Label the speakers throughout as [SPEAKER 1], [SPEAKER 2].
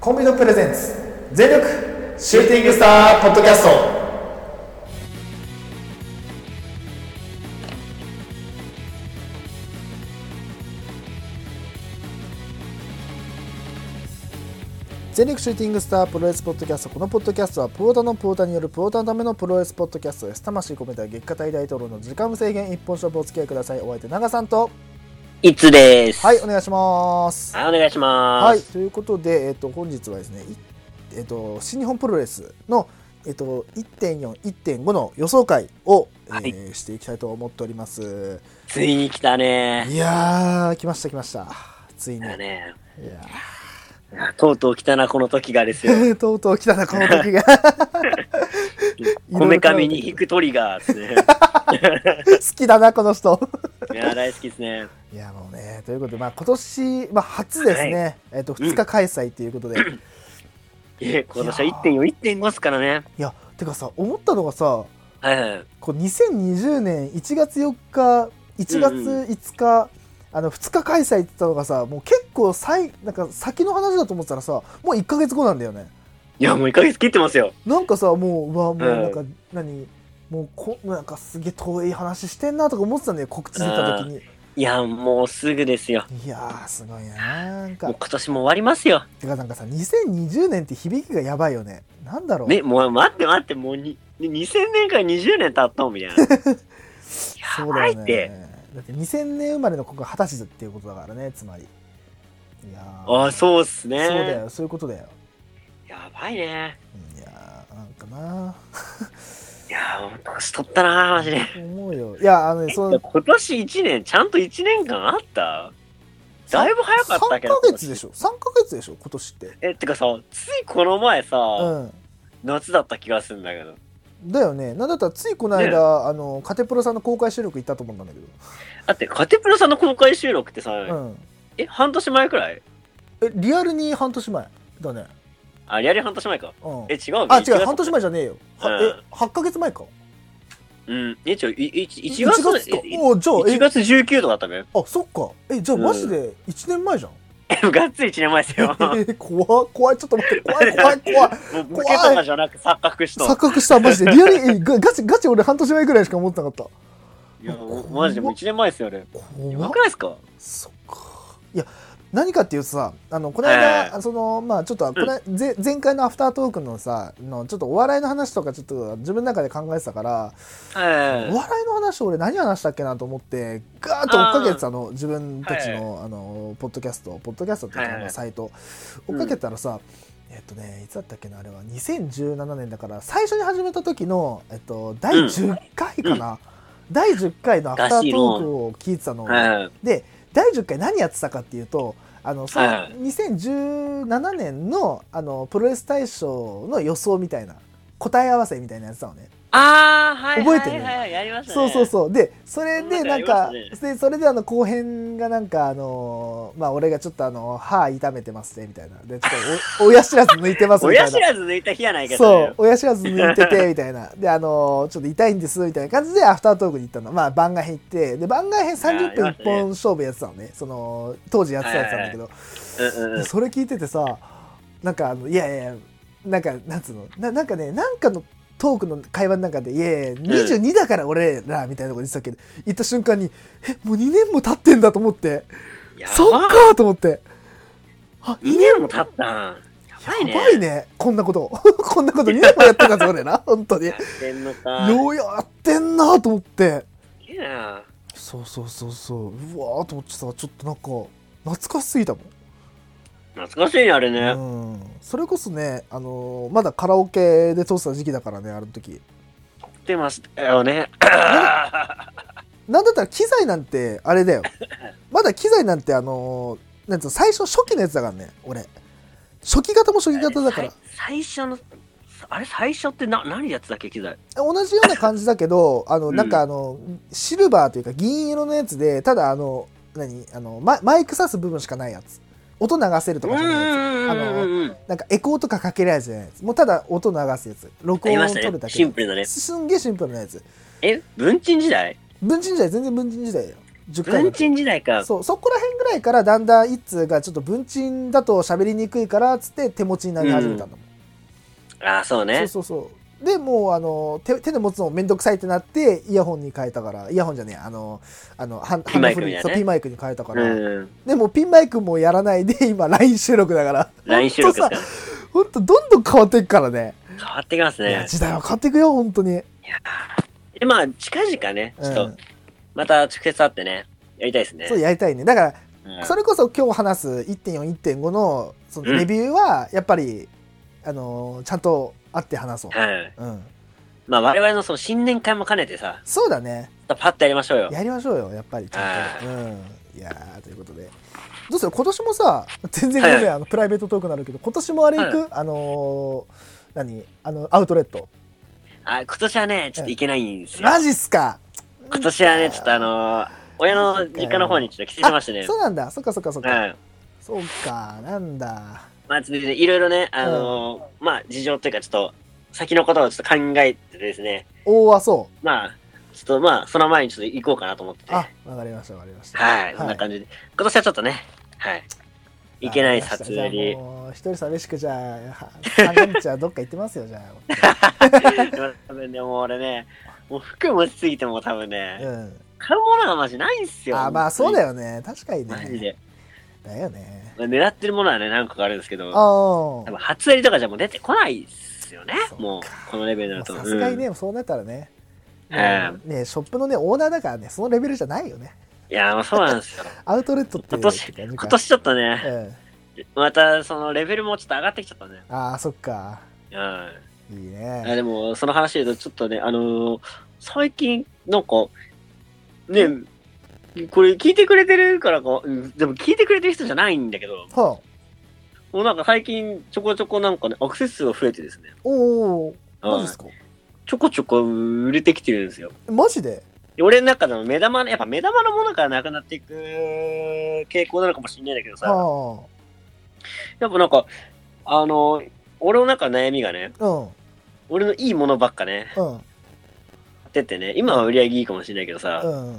[SPEAKER 1] コンビのプレゼンツ全力シューティングスターポッドキャスト全力シューティングスタープロレスポッドキャストこのポッドキャストはプロータのプロータによるプロータのためのプロレスポッドキャストです魂込めた月下大大統領の時間無制限一本勝負お付き合いくださいお相手長さんと
[SPEAKER 2] いつです。
[SPEAKER 1] はいお願いします
[SPEAKER 2] はい、お願いしま
[SPEAKER 1] はい、
[SPEAKER 2] す。
[SPEAKER 1] ということで、えっと本日はですね、いえっと新日本プロレスの、えっと1.4、1.5の予想会を、
[SPEAKER 2] はい
[SPEAKER 1] えーしていきたいと思っております。
[SPEAKER 2] ついに来たね。
[SPEAKER 1] いやー、来ました来ました。ついに。い
[SPEAKER 2] だ
[SPEAKER 1] や
[SPEAKER 2] ね。とうとう来たな、この時 がですよ。
[SPEAKER 1] ーとうとう来たな、この時が。
[SPEAKER 2] こめかみに引くトリガーです ね。
[SPEAKER 1] 好きだな、この人。
[SPEAKER 2] いや、大好きですね。
[SPEAKER 1] いや、もうね、ということで、まあ、今年、まあ、初ですね、えっと2日開催ということで。
[SPEAKER 2] え、今年は1.4、1.5っすからね。
[SPEAKER 1] いや、てかさ、思ったのがさ、
[SPEAKER 2] はいはい。
[SPEAKER 1] こう2020年1月4日1月
[SPEAKER 2] うん
[SPEAKER 1] 5日、あの2日開催って言ったのがさもう結構さいなんか先の話だと思ってたらさもう1か月後なんだよね
[SPEAKER 2] いや、もう1ヶ月切ってますよ。
[SPEAKER 1] なんかさもううわもう
[SPEAKER 2] うん
[SPEAKER 1] なんか、何もうこなんかすげえ遠い話してんなとか思ってたんだよ告知出た時に
[SPEAKER 2] いや、もうすぐですよ。
[SPEAKER 1] いやーすごいななん
[SPEAKER 2] もう
[SPEAKER 1] か
[SPEAKER 2] 今年も終わりますよ。
[SPEAKER 1] てかなんかさ2020年って響きがやばいよねなんだろう、
[SPEAKER 2] ね、もう待って待って、もうに2000年から20年経ったんみたいな。
[SPEAKER 1] そ
[SPEAKER 2] や
[SPEAKER 1] うだ
[SPEAKER 2] ばい
[SPEAKER 1] よ
[SPEAKER 2] って。
[SPEAKER 1] ねだって2000年生まれの子が二十歳っていうことだからねつまりいやー
[SPEAKER 2] あ、そうっすね。
[SPEAKER 1] そうだよそういうことだよ
[SPEAKER 2] やばいね。
[SPEAKER 1] いやーなんかない
[SPEAKER 2] や、もう年取ったな、マジで。
[SPEAKER 1] 思うよいやあのねそ
[SPEAKER 2] いや
[SPEAKER 1] の
[SPEAKER 2] 今年1年、ちゃんと1年間あっただいぶ早かった
[SPEAKER 1] 3
[SPEAKER 2] けど
[SPEAKER 1] ヶ。月でしょ3ヶ月でしょ今年って
[SPEAKER 2] え、てかさ、ついこの前さ、
[SPEAKER 1] うん
[SPEAKER 2] 夏だった気がするんだけど。
[SPEAKER 1] だよねなんだったらついこの間、
[SPEAKER 2] ね
[SPEAKER 1] あのカテプロさんの公開収録行ったと思ったんだけど
[SPEAKER 2] だって、カテプロさんの公開収録ってさ、
[SPEAKER 1] うん
[SPEAKER 2] え、半年前くらい
[SPEAKER 1] えリアルに半年前だね
[SPEAKER 2] あ、リアル半年前か。
[SPEAKER 1] うん
[SPEAKER 2] え、違う
[SPEAKER 1] あ違う半年前じゃねえよ、は
[SPEAKER 2] うん
[SPEAKER 1] え8ヶ月前か
[SPEAKER 2] うん。え、ちょ、いい1
[SPEAKER 1] 1
[SPEAKER 2] 月、
[SPEAKER 1] か
[SPEAKER 2] え
[SPEAKER 1] おじゃ
[SPEAKER 2] 1
[SPEAKER 1] あえ
[SPEAKER 2] 月19度だった べ。
[SPEAKER 1] あそっかえじゃあ
[SPEAKER 2] うん
[SPEAKER 1] マジで1年前じゃん、
[SPEAKER 2] えがっつり1年前ですよ。も
[SPEAKER 1] えー 怖っ怖いちょっと待って怖い怖い怖いう
[SPEAKER 2] ボケとかじゃなく錯覚し
[SPEAKER 1] 錯
[SPEAKER 2] た。
[SPEAKER 1] 覚したマジでリアルえガガチガチ俺半年前ぐらいしか思ってなかった
[SPEAKER 2] いや、もうマジでもう1年前ですよ、あれ。や
[SPEAKER 1] 怖
[SPEAKER 2] ば
[SPEAKER 1] っ
[SPEAKER 2] くないですか
[SPEAKER 1] そっかいや何かっていうとさあのこの間、
[SPEAKER 2] え
[SPEAKER 1] そのまあちょっとこれ、ぜ前回のアフタートークのさのちょっとお笑いの話とかちょっと自分の中で考えてたから、
[SPEAKER 2] はい
[SPEAKER 1] お。笑いの話俺何話したっけなと思ってガーッと追っかけてたの自分たちの,、あのポッドキャストポッドキャストっていうか、
[SPEAKER 2] はいはい
[SPEAKER 1] あのサイト追っかけてたらさ、えっとね、いつだったっけなあれは2017年だから最初に始めた時の、えっと、第10回かな、第10回のアフタートークを聞いてたの、
[SPEAKER 2] はい。
[SPEAKER 1] で第10回何やってたかっていうとあのその
[SPEAKER 2] はい
[SPEAKER 1] 2017年のあのプロレス大賞の予想みたいな答え合わせみたいなやつだのね。
[SPEAKER 2] あー、はい。
[SPEAKER 1] 覚えてる
[SPEAKER 2] はいはい、やりました
[SPEAKER 1] そ
[SPEAKER 2] ね。
[SPEAKER 1] うそうそうでそれでなんか
[SPEAKER 2] なんかありまし
[SPEAKER 1] でそれであの後編がなんかあのーまあ俺がちょっとあの歯痛めてますねみたいなでちょっ とお親知らず抜いてますみた
[SPEAKER 2] 親
[SPEAKER 1] い
[SPEAKER 2] 知
[SPEAKER 1] な。
[SPEAKER 2] らず抜いた日やないかと
[SPEAKER 1] そう親知らず抜いててみたいなであのーちょっと痛いんですみたいな感じでアフタートークに行ったのまあ番外編行ってで番外編30分一本勝負やってたのねその当時やってたやつなんだけど
[SPEAKER 2] うんうんうん
[SPEAKER 1] でそれ聞いててさなんかあのいやいやなんかなんつうのななんかねなんかのトークの会話の中で「いやいや22だから俺ら」みたいなこと言ってたけど言った瞬間に「えもう2年も経ってんだ」と思って「
[SPEAKER 2] やば
[SPEAKER 1] そっか」と思って「あ
[SPEAKER 2] 2年も経ったなやばいね
[SPEAKER 1] やばいねこんなこと こんなこと2年もやってたぞ俺ら本当に
[SPEAKER 2] や
[SPEAKER 1] よ
[SPEAKER 2] ってんのかす
[SPEAKER 1] うやってんな」と思って
[SPEAKER 2] げえな
[SPEAKER 1] そうそうそうそううわーと思ってさちょっとなんか懐かしすぎたもん
[SPEAKER 2] 懐かしいねあれね
[SPEAKER 1] うん、それこそね、あのーまだカラオケで通ってた時期だからねあの時
[SPEAKER 2] 撮ってましたよね
[SPEAKER 1] なんだったら機材なんてあれ だよまだ機材なんてあのーなんつうの最初初期のやつだからね俺初期型も初期型だから
[SPEAKER 2] さい最初のあれ最初ってな何やつだっけ機材
[SPEAKER 1] 同じような感じだけどあの
[SPEAKER 2] うん
[SPEAKER 1] なんかあの、シルバーというか銀色のやつでただあの何あのママイク挿す部分しかないやつ音流せると
[SPEAKER 2] うん
[SPEAKER 1] か
[SPEAKER 2] う
[SPEAKER 1] じゃないやつ
[SPEAKER 2] んうんうんうん
[SPEAKER 1] なんかエコーとかかけるやつじゃないやつもうただ音流すやつ録
[SPEAKER 2] あり
[SPEAKER 1] 音を
[SPEAKER 2] まし
[SPEAKER 1] 取
[SPEAKER 2] た
[SPEAKER 1] るだ
[SPEAKER 2] ね
[SPEAKER 1] け
[SPEAKER 2] シンプルだね
[SPEAKER 1] すんげえシンプルなやつ
[SPEAKER 2] え文鎮時代
[SPEAKER 1] 文鎮時代全然文鎮時代よ10回
[SPEAKER 2] 文
[SPEAKER 1] だと
[SPEAKER 2] 鎮時代か。
[SPEAKER 1] そうそこら辺ぐらいからだんだん一通がちょっと文鎮だと喋りにくいからっつって手持ちになり始めたんだもん、
[SPEAKER 2] ああ、そうね。
[SPEAKER 1] そうそうそうでもうあの手手で持つのめんどくさいってなってイヤホンに変えたからイヤホンじゃねえあのあのはん
[SPEAKER 2] ピンマイク
[SPEAKER 1] ハンドフリー
[SPEAKER 2] みたいなね
[SPEAKER 1] そうピンマイクに変えたから、
[SPEAKER 2] うん。
[SPEAKER 1] でもうピンマイクもやらないで 今 LINE 収録だから
[SPEAKER 2] ライン収録です
[SPEAKER 1] 本
[SPEAKER 2] か
[SPEAKER 1] 当さ
[SPEAKER 2] ら
[SPEAKER 1] 本当どんどん変わっていくからね
[SPEAKER 2] 変わってきます
[SPEAKER 1] い
[SPEAKER 2] ね
[SPEAKER 1] や。時代は変わっていくよ本当に
[SPEAKER 2] いやーで、まあ、近々ね、ちょっ
[SPEAKER 1] う
[SPEAKER 2] と
[SPEAKER 1] ん、
[SPEAKER 2] また直接会ってね、やりたいですね。
[SPEAKER 1] そうやりたいねだから
[SPEAKER 2] うん
[SPEAKER 1] それこそ今日話す1.41.5のその
[SPEAKER 2] うん
[SPEAKER 1] レビューはやっぱり、あのーちゃんと会って話そう、
[SPEAKER 2] はい。
[SPEAKER 1] うん、
[SPEAKER 2] まあ、我々のその新年会も兼ねてさ、
[SPEAKER 1] そうだね
[SPEAKER 2] パッとやりましょうよ。
[SPEAKER 1] やりましょうよやっぱりちゃんと、うん、いやーということでどうする今年もさ全然ごめん、
[SPEAKER 2] はい
[SPEAKER 1] あのプライベートトークになるけど今年もあれ行く、あのー何あのアウトレット
[SPEAKER 2] あ、今年はね、ちょっと行けないんですよ。
[SPEAKER 1] マジっすか
[SPEAKER 2] 今年はね、ちょっとあのー親の実家の方にちょっと帰省しましてね。
[SPEAKER 1] そうなんだそっかそっかそっか、
[SPEAKER 2] はい。
[SPEAKER 1] そうかなんだ
[SPEAKER 2] まあ、ちょっとねいろいろね、あのーまあ、事情というか、ちょっと、先のことをちょっと考えてですね、
[SPEAKER 1] おおあそう
[SPEAKER 2] まあ、ちょっとまあ、その前にちょっと行こうかなと思ってて。
[SPEAKER 1] あわかりましたわかりました
[SPEAKER 2] はい、こんな感じで。今年はちょっとね、はい。いけない撮影
[SPEAKER 1] じ
[SPEAKER 2] に
[SPEAKER 1] ゃあ。もう一人寂しくじゃあは坂道はどっか行ってますよじゃ
[SPEAKER 2] 多分ね、もう俺ね、もう服持ちすぎても多分
[SPEAKER 1] あ、
[SPEAKER 2] ね、
[SPEAKER 1] う
[SPEAKER 2] 買うものがマジないんす
[SPEAKER 1] ん、
[SPEAKER 2] よ。
[SPEAKER 1] あまあそうだ
[SPEAKER 2] よ。
[SPEAKER 1] よね確かに
[SPEAKER 2] マジ
[SPEAKER 1] ね
[SPEAKER 2] で。
[SPEAKER 1] だよね
[SPEAKER 2] まあ狙ってるものはね、何個かあるんですけ
[SPEAKER 1] あ
[SPEAKER 2] ど、
[SPEAKER 1] あ
[SPEAKER 2] 多分初売りとかじゃもう出てこないっすよね
[SPEAKER 1] そっ。か
[SPEAKER 2] もう、このレベルだと。
[SPEAKER 1] さすがにね、
[SPEAKER 2] うん
[SPEAKER 1] そうなったらね
[SPEAKER 2] うん
[SPEAKER 1] もうねショップのねオーナーだからねそのレベルじゃないよね
[SPEAKER 2] いや、もうそうなんですよ。
[SPEAKER 1] アウトレットって
[SPEAKER 2] 今年
[SPEAKER 1] って感じか
[SPEAKER 2] 今年ちょっとね、
[SPEAKER 1] うん、
[SPEAKER 2] またそのレベルもちょっと上がってきちゃったね。
[SPEAKER 1] ああそっか
[SPEAKER 2] うん。
[SPEAKER 1] いい
[SPEAKER 2] あ
[SPEAKER 1] ね
[SPEAKER 2] でも、その話で言うと、ちょっとね、あのー最近、なんか、ね、これ聞いてくれてるからか、うんでも聞いてくれてる人じゃないんだけど、
[SPEAKER 1] ほう
[SPEAKER 2] もうなんか最近、ちょこちょこなんかね、アクセス数が増えてですね、
[SPEAKER 1] おお
[SPEAKER 2] は
[SPEAKER 1] マ
[SPEAKER 2] い
[SPEAKER 1] ジですか
[SPEAKER 2] ちょこちょこ売れてきてるんですよ。
[SPEAKER 1] マジで
[SPEAKER 2] で俺の中でも目玉の、やっぱ目玉のものからなくなっていく傾向なのかもしれないんだけど
[SPEAKER 1] ああ
[SPEAKER 2] さ、やっぱなんか、あのー俺の中の悩みがね、
[SPEAKER 1] うん
[SPEAKER 2] 俺のいいものばっかね、
[SPEAKER 1] うん
[SPEAKER 2] 買ってってね、今は売り上げいいかもしれないけどさ、
[SPEAKER 1] うん
[SPEAKER 2] 後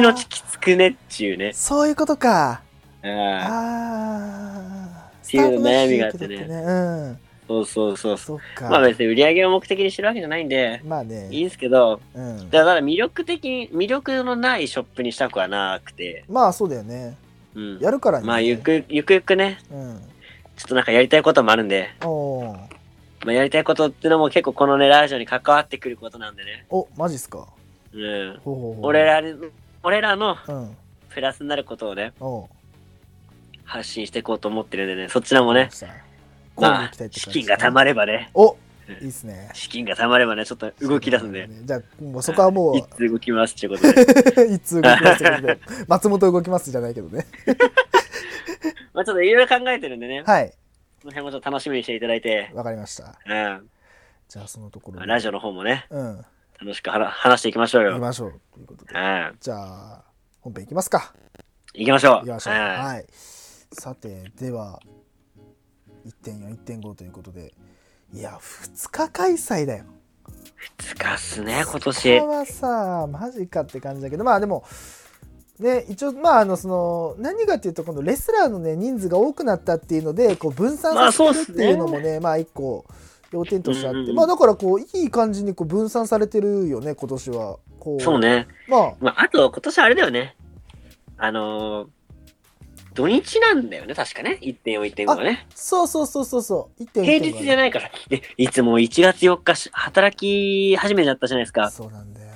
[SPEAKER 2] 々
[SPEAKER 1] あー
[SPEAKER 2] きつくねっちゅうね。
[SPEAKER 1] そういうことか
[SPEAKER 2] うん
[SPEAKER 1] ああ。
[SPEAKER 2] っていう悩みがあってね
[SPEAKER 1] スタートダッシュの時期だってね
[SPEAKER 2] そうそうそう
[SPEAKER 1] うん。
[SPEAKER 2] そ
[SPEAKER 1] そっ
[SPEAKER 2] う。
[SPEAKER 1] か。
[SPEAKER 2] まあ別に売り上げを目的にしてるわけじゃないんで、
[SPEAKER 1] まあ
[SPEAKER 2] いい
[SPEAKER 1] ね。
[SPEAKER 2] んすけど、
[SPEAKER 1] うん。
[SPEAKER 2] だから魅力的に、魅力のないショップにしたくはなくて、
[SPEAKER 1] まあそうだよね。
[SPEAKER 2] うん。
[SPEAKER 1] やるからね。
[SPEAKER 2] まあゆ。く、ゆくゆくね、
[SPEAKER 1] うん。
[SPEAKER 2] ちょっとなんかやりたいこともあるんで、
[SPEAKER 1] おー
[SPEAKER 2] まあやりたいことってのも結構このね、ラジオに関わってくることなんでね、
[SPEAKER 1] お、マジっすか。
[SPEAKER 2] うん。
[SPEAKER 1] ほうほうほう。
[SPEAKER 2] 俺。らに、俺らの
[SPEAKER 1] うん。
[SPEAKER 2] プラスになることをね、
[SPEAKER 1] おう。
[SPEAKER 2] 発信していこうと思ってるんでね、そちらもね、
[SPEAKER 1] さ
[SPEAKER 2] まあ、資金が貯ま
[SPEAKER 1] る。
[SPEAKER 2] ればね、
[SPEAKER 1] おいいっすね。
[SPEAKER 2] 資金が貯まればね、ちょっと動き出すんで、。
[SPEAKER 1] じゃあ、もうそこはもう
[SPEAKER 2] い、つ動きますっていうことで。
[SPEAKER 1] いつ動きますってことで松本動きますじゃないけど ね。
[SPEAKER 2] まあちょっといろいろ考えてるんでね、
[SPEAKER 1] はい。
[SPEAKER 2] その辺もちょっと楽しみにしていただいて、
[SPEAKER 1] わかりました。
[SPEAKER 2] うん。
[SPEAKER 1] じゃあ、そのところ
[SPEAKER 2] まあ
[SPEAKER 1] で。
[SPEAKER 2] ラジオの方もね、
[SPEAKER 1] うん。
[SPEAKER 2] 楽しくはら話していきましょう
[SPEAKER 1] 行き
[SPEAKER 2] よ。
[SPEAKER 1] ましょう。ということで
[SPEAKER 2] う。ん。
[SPEAKER 1] じゃあ、本編いきますか。
[SPEAKER 2] 行きましょう。
[SPEAKER 1] いきましょう。
[SPEAKER 2] うん
[SPEAKER 1] はい。さて、では、1.4、1.5ということで、いや、2日開催だよ。
[SPEAKER 2] 二日っすね、今
[SPEAKER 1] これ
[SPEAKER 2] 年。
[SPEAKER 1] はさ、マジかって感じだけど、まあでも、ね、一応、まあ、あの、その、何がっていうと、このレスラーのね、人数が多くなったっていうので、こう、分散
[SPEAKER 2] まあ
[SPEAKER 1] させてるっ
[SPEAKER 2] そうっす
[SPEAKER 1] て
[SPEAKER 2] ね
[SPEAKER 1] いうのもね、まあ、一個、要点としてあって、
[SPEAKER 2] うんうんうん
[SPEAKER 1] まあ、だから、こう、いい感じに、こう、分散されてるよね、今年は。こう、
[SPEAKER 2] そうね。
[SPEAKER 1] まあ、
[SPEAKER 2] まあ、あと、今年あれだよね。あのー、土日なんだよね、確かね。1.4、1.5がね。
[SPEAKER 1] そうそうそうそうそう、1.5
[SPEAKER 2] 平日じゃないから。で、いつも1月4日し、働き始めちゃったじゃないですか。
[SPEAKER 1] そうなんだよ。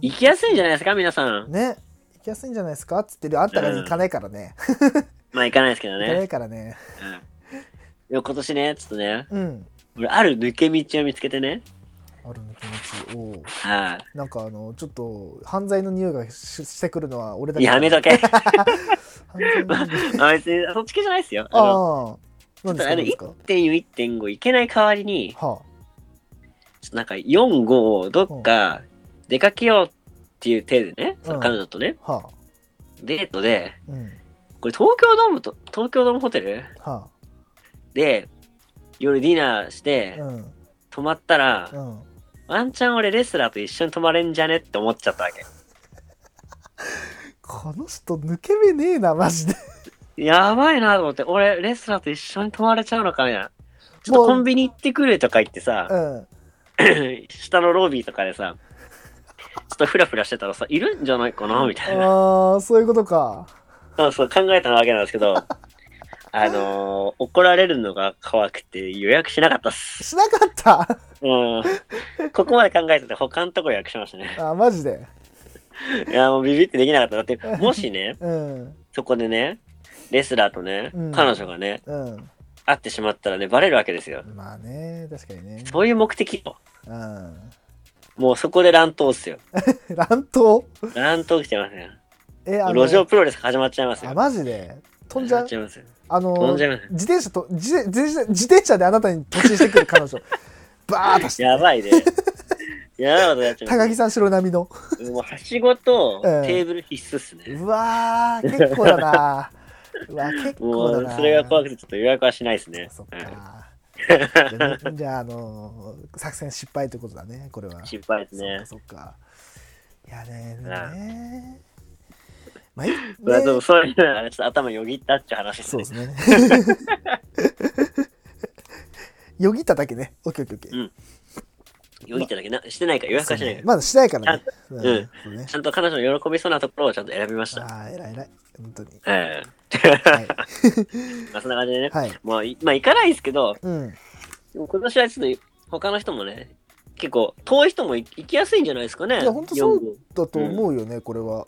[SPEAKER 2] 行きやすいんじゃないですか、皆さん。
[SPEAKER 1] ね行きやすいんじゃないですかっつってるあんたが行かないからね、
[SPEAKER 2] まあ、行かないですけど
[SPEAKER 1] 行かな
[SPEAKER 2] ね。
[SPEAKER 1] いからね
[SPEAKER 2] うん。でも今年ね、ちょっとね、
[SPEAKER 1] うん
[SPEAKER 2] 俺、ある抜け道を見つけてね。
[SPEAKER 1] あるの気持ちおう
[SPEAKER 2] はい。
[SPEAKER 1] なんかあのちょっと犯罪の匂いがししてくるのは俺だけ
[SPEAKER 2] やめとけ。
[SPEAKER 1] 犯罪の匂い
[SPEAKER 2] あ別にそっち系じゃないですよ。 あの
[SPEAKER 1] ああ何ですか
[SPEAKER 2] ちょっとあの
[SPEAKER 1] 何ですか
[SPEAKER 2] 1.4、1.5いけない代わりに、
[SPEAKER 1] は
[SPEAKER 2] ちょっとなんか4、5をどっか出かけようっていう手でね、その彼女とね、
[SPEAKER 1] あはあ
[SPEAKER 2] デートで、
[SPEAKER 1] うん
[SPEAKER 2] これ東京ドームと、東京ドームホテル
[SPEAKER 1] は
[SPEAKER 2] で、夜ディナーし
[SPEAKER 1] あ
[SPEAKER 2] て
[SPEAKER 1] う、ん
[SPEAKER 2] 泊まったら、
[SPEAKER 1] うん
[SPEAKER 2] ワンチャン俺レスラーと一緒に泊まれんじゃねって思っちゃったわけ。
[SPEAKER 1] この人抜け目ねえなマ ジで
[SPEAKER 2] やばいなと思って、俺、レスラーと一緒に泊まれちゃうのかな。ちょっとコンビニ行ってくるとか言って
[SPEAKER 1] う
[SPEAKER 2] さ、
[SPEAKER 1] ん
[SPEAKER 2] 下のロビーとかでさ、ちょっとフラフラしてたらさ、いるんじゃないかなみたいな。
[SPEAKER 1] ああそういうことか
[SPEAKER 2] そうそう、考えたわけなんです けど、あのー怒られるのが怖くて予約しなかったっす。
[SPEAKER 1] しなかった
[SPEAKER 2] うん。ここまで考えてて、他のとこ予約しましたね。
[SPEAKER 1] あーマジで
[SPEAKER 2] いや、もうビビってできなかった。だって、もしね、
[SPEAKER 1] うん
[SPEAKER 2] そこでね、レスラーとね、
[SPEAKER 1] うん
[SPEAKER 2] 彼女がね、
[SPEAKER 1] うん
[SPEAKER 2] 会ってしまったらね、バレるわけですよ。
[SPEAKER 1] まあね確かにね
[SPEAKER 2] そういう目的よ。
[SPEAKER 1] うん
[SPEAKER 2] もうそこで乱闘っすよ。
[SPEAKER 1] 乱闘
[SPEAKER 2] 乱闘来てますよ。
[SPEAKER 1] えあ
[SPEAKER 2] 路上プロレス始まっちゃいますよ。
[SPEAKER 1] あマジで飛んじゃう
[SPEAKER 2] 始まっちゃいますよ。
[SPEAKER 1] あの
[SPEAKER 2] 飛んじゃいます
[SPEAKER 1] 自転車と自転自転車自転車であなたに突進してくる 彼女バーッとして
[SPEAKER 2] やばいね。やばいことやっちゃいま
[SPEAKER 1] 高
[SPEAKER 2] す
[SPEAKER 1] 木さん白波の
[SPEAKER 2] もうはしごと
[SPEAKER 1] うん
[SPEAKER 2] テーブル必須っすね。
[SPEAKER 1] うわー結構だなうわ結
[SPEAKER 2] も
[SPEAKER 1] 構だ
[SPEAKER 2] う
[SPEAKER 1] な
[SPEAKER 2] それが怖くてちょっと予約はしないですね。
[SPEAKER 1] そっ
[SPEAKER 2] うん
[SPEAKER 1] かじゃあじゃああの作戦失敗ということだねこれは
[SPEAKER 2] 心配ですね。
[SPEAKER 1] そっかそっかいやねで
[SPEAKER 2] ん
[SPEAKER 1] もねまあいいね
[SPEAKER 2] まあでもそういうのはあれちょっと頭よぎったっていう話です
[SPEAKER 1] そう
[SPEAKER 2] ね
[SPEAKER 1] で。すね よぎっただけねオッケーオッケーオッケー
[SPEAKER 2] よぎっただけな、してないから予約はしないから。
[SPEAKER 1] まだしないからね。うんそうね
[SPEAKER 2] ちゃんと彼女の喜びそうなところをちゃんと選びました。
[SPEAKER 1] ああ、偉い偉い。本 当に。
[SPEAKER 2] え
[SPEAKER 1] はい。
[SPEAKER 2] え。まあそんな感じでね。
[SPEAKER 1] はい。
[SPEAKER 2] まあ、いまあ行かないですけど、
[SPEAKER 1] うん。
[SPEAKER 2] でも今年はちょっと他の人もね、結構遠い人も行行きやすいんじゃないですかね。
[SPEAKER 1] いやほんとそう
[SPEAKER 2] 4号
[SPEAKER 1] だと思うよね、これは。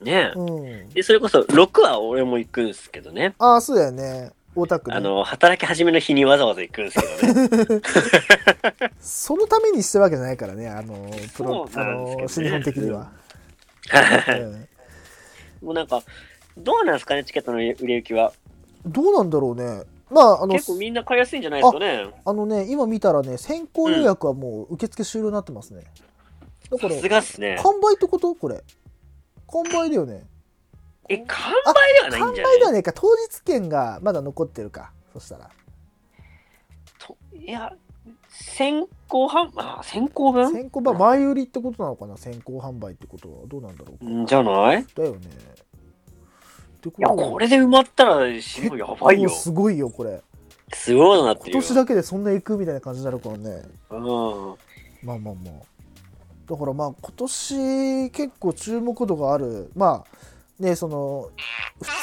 [SPEAKER 2] ねえ
[SPEAKER 1] うん。
[SPEAKER 2] で、それこそ6は俺も行くんですけどね。
[SPEAKER 1] ああ、そうだよね。大田区
[SPEAKER 2] あ
[SPEAKER 1] ね。
[SPEAKER 2] の、働き始めの日にわざわざ行くんですけ どね。
[SPEAKER 1] そのためにしてるわけじゃないからね、あの、プロ、
[SPEAKER 2] そう
[SPEAKER 1] あ
[SPEAKER 2] なんですけ
[SPEAKER 1] の、新日
[SPEAKER 2] どね
[SPEAKER 1] 本的には。うん
[SPEAKER 2] もうなんか、どうなんですかね、チケットの売れ行きは。
[SPEAKER 1] どうなんだろうね。まあ、あの
[SPEAKER 2] 結、構みんな買いやすいんじゃないですかね。
[SPEAKER 1] あのね、今見たらね、先行予約はもう受付終了になってますね。だか
[SPEAKER 2] さ
[SPEAKER 1] ら、
[SPEAKER 2] すがっすね。
[SPEAKER 1] 完売ってことこれ。完売だよね。
[SPEAKER 2] え、完売ではない
[SPEAKER 1] 完
[SPEAKER 2] ん
[SPEAKER 1] 売
[SPEAKER 2] じ
[SPEAKER 1] で
[SPEAKER 2] ゃない
[SPEAKER 1] はねえか、当日券がまだ残ってるか。そしたら。
[SPEAKER 2] といや、先行販売、あ、先行分
[SPEAKER 1] 先行ば前売りってことなのかな先行販売ってことはどうなんだろうか
[SPEAKER 2] んじゃないい
[SPEAKER 1] だよねってこ
[SPEAKER 2] や、
[SPEAKER 1] と
[SPEAKER 2] これで埋まったら、し
[SPEAKER 1] 結
[SPEAKER 2] や
[SPEAKER 1] 構
[SPEAKER 2] ばいよ。
[SPEAKER 1] すごいよこれ
[SPEAKER 2] すごいことになって
[SPEAKER 1] 今
[SPEAKER 2] るよ。
[SPEAKER 1] 年だけでそんな行くみたいな感じになるからね
[SPEAKER 2] うん。
[SPEAKER 1] まあまあまあだからまあ今年結構注目度があるまあねその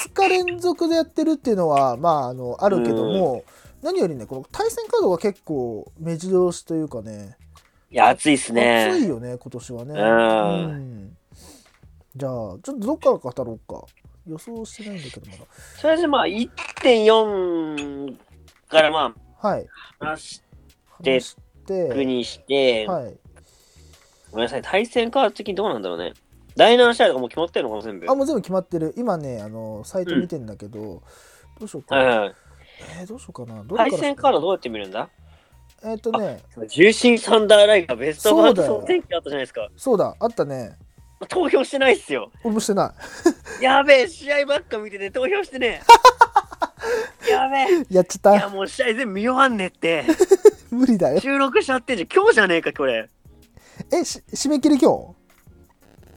[SPEAKER 1] 2日連続でやってるっていうのはまああのあるけども何よりねこの対戦カードが結構目白押しというかね
[SPEAKER 2] いや、暑いっすね。
[SPEAKER 1] 暑いよね今年はね
[SPEAKER 2] うん
[SPEAKER 1] うんじゃあちょっとどっから語ろうか予想してないんだけどまだ
[SPEAKER 2] とりあえずまあ1.4からま
[SPEAKER 1] はい
[SPEAKER 2] あ話しで
[SPEAKER 1] 話して
[SPEAKER 2] てにして、
[SPEAKER 1] はい
[SPEAKER 2] ごめんなさい対戦カード的にどうなんだろうね第7試合とかもう決まってるのかな全部
[SPEAKER 1] あもう全部決まってる今ねあのサイト見てんだけど、どうしようか、
[SPEAKER 2] はいはい
[SPEAKER 1] えーどうしようかなどれから
[SPEAKER 2] 対戦カードどうやって見るんだ
[SPEAKER 1] えっ、とね
[SPEAKER 2] 重心サンダーライガーベストバ
[SPEAKER 1] そう
[SPEAKER 2] ード
[SPEAKER 1] だよ
[SPEAKER 2] 総選挙あったじゃないですか
[SPEAKER 1] そうだあったね
[SPEAKER 2] 投票してないっすよ
[SPEAKER 1] 俺もしてな
[SPEAKER 2] やべえ試合ばっか見てて投票してね えやべえ
[SPEAKER 1] いやっちゃっ
[SPEAKER 2] いや
[SPEAKER 1] た
[SPEAKER 2] もう試合全部見終わんねって
[SPEAKER 1] 無理だよ
[SPEAKER 2] 収録しちゃってんじゃん今日じゃねえかこれ
[SPEAKER 1] えし締め切り今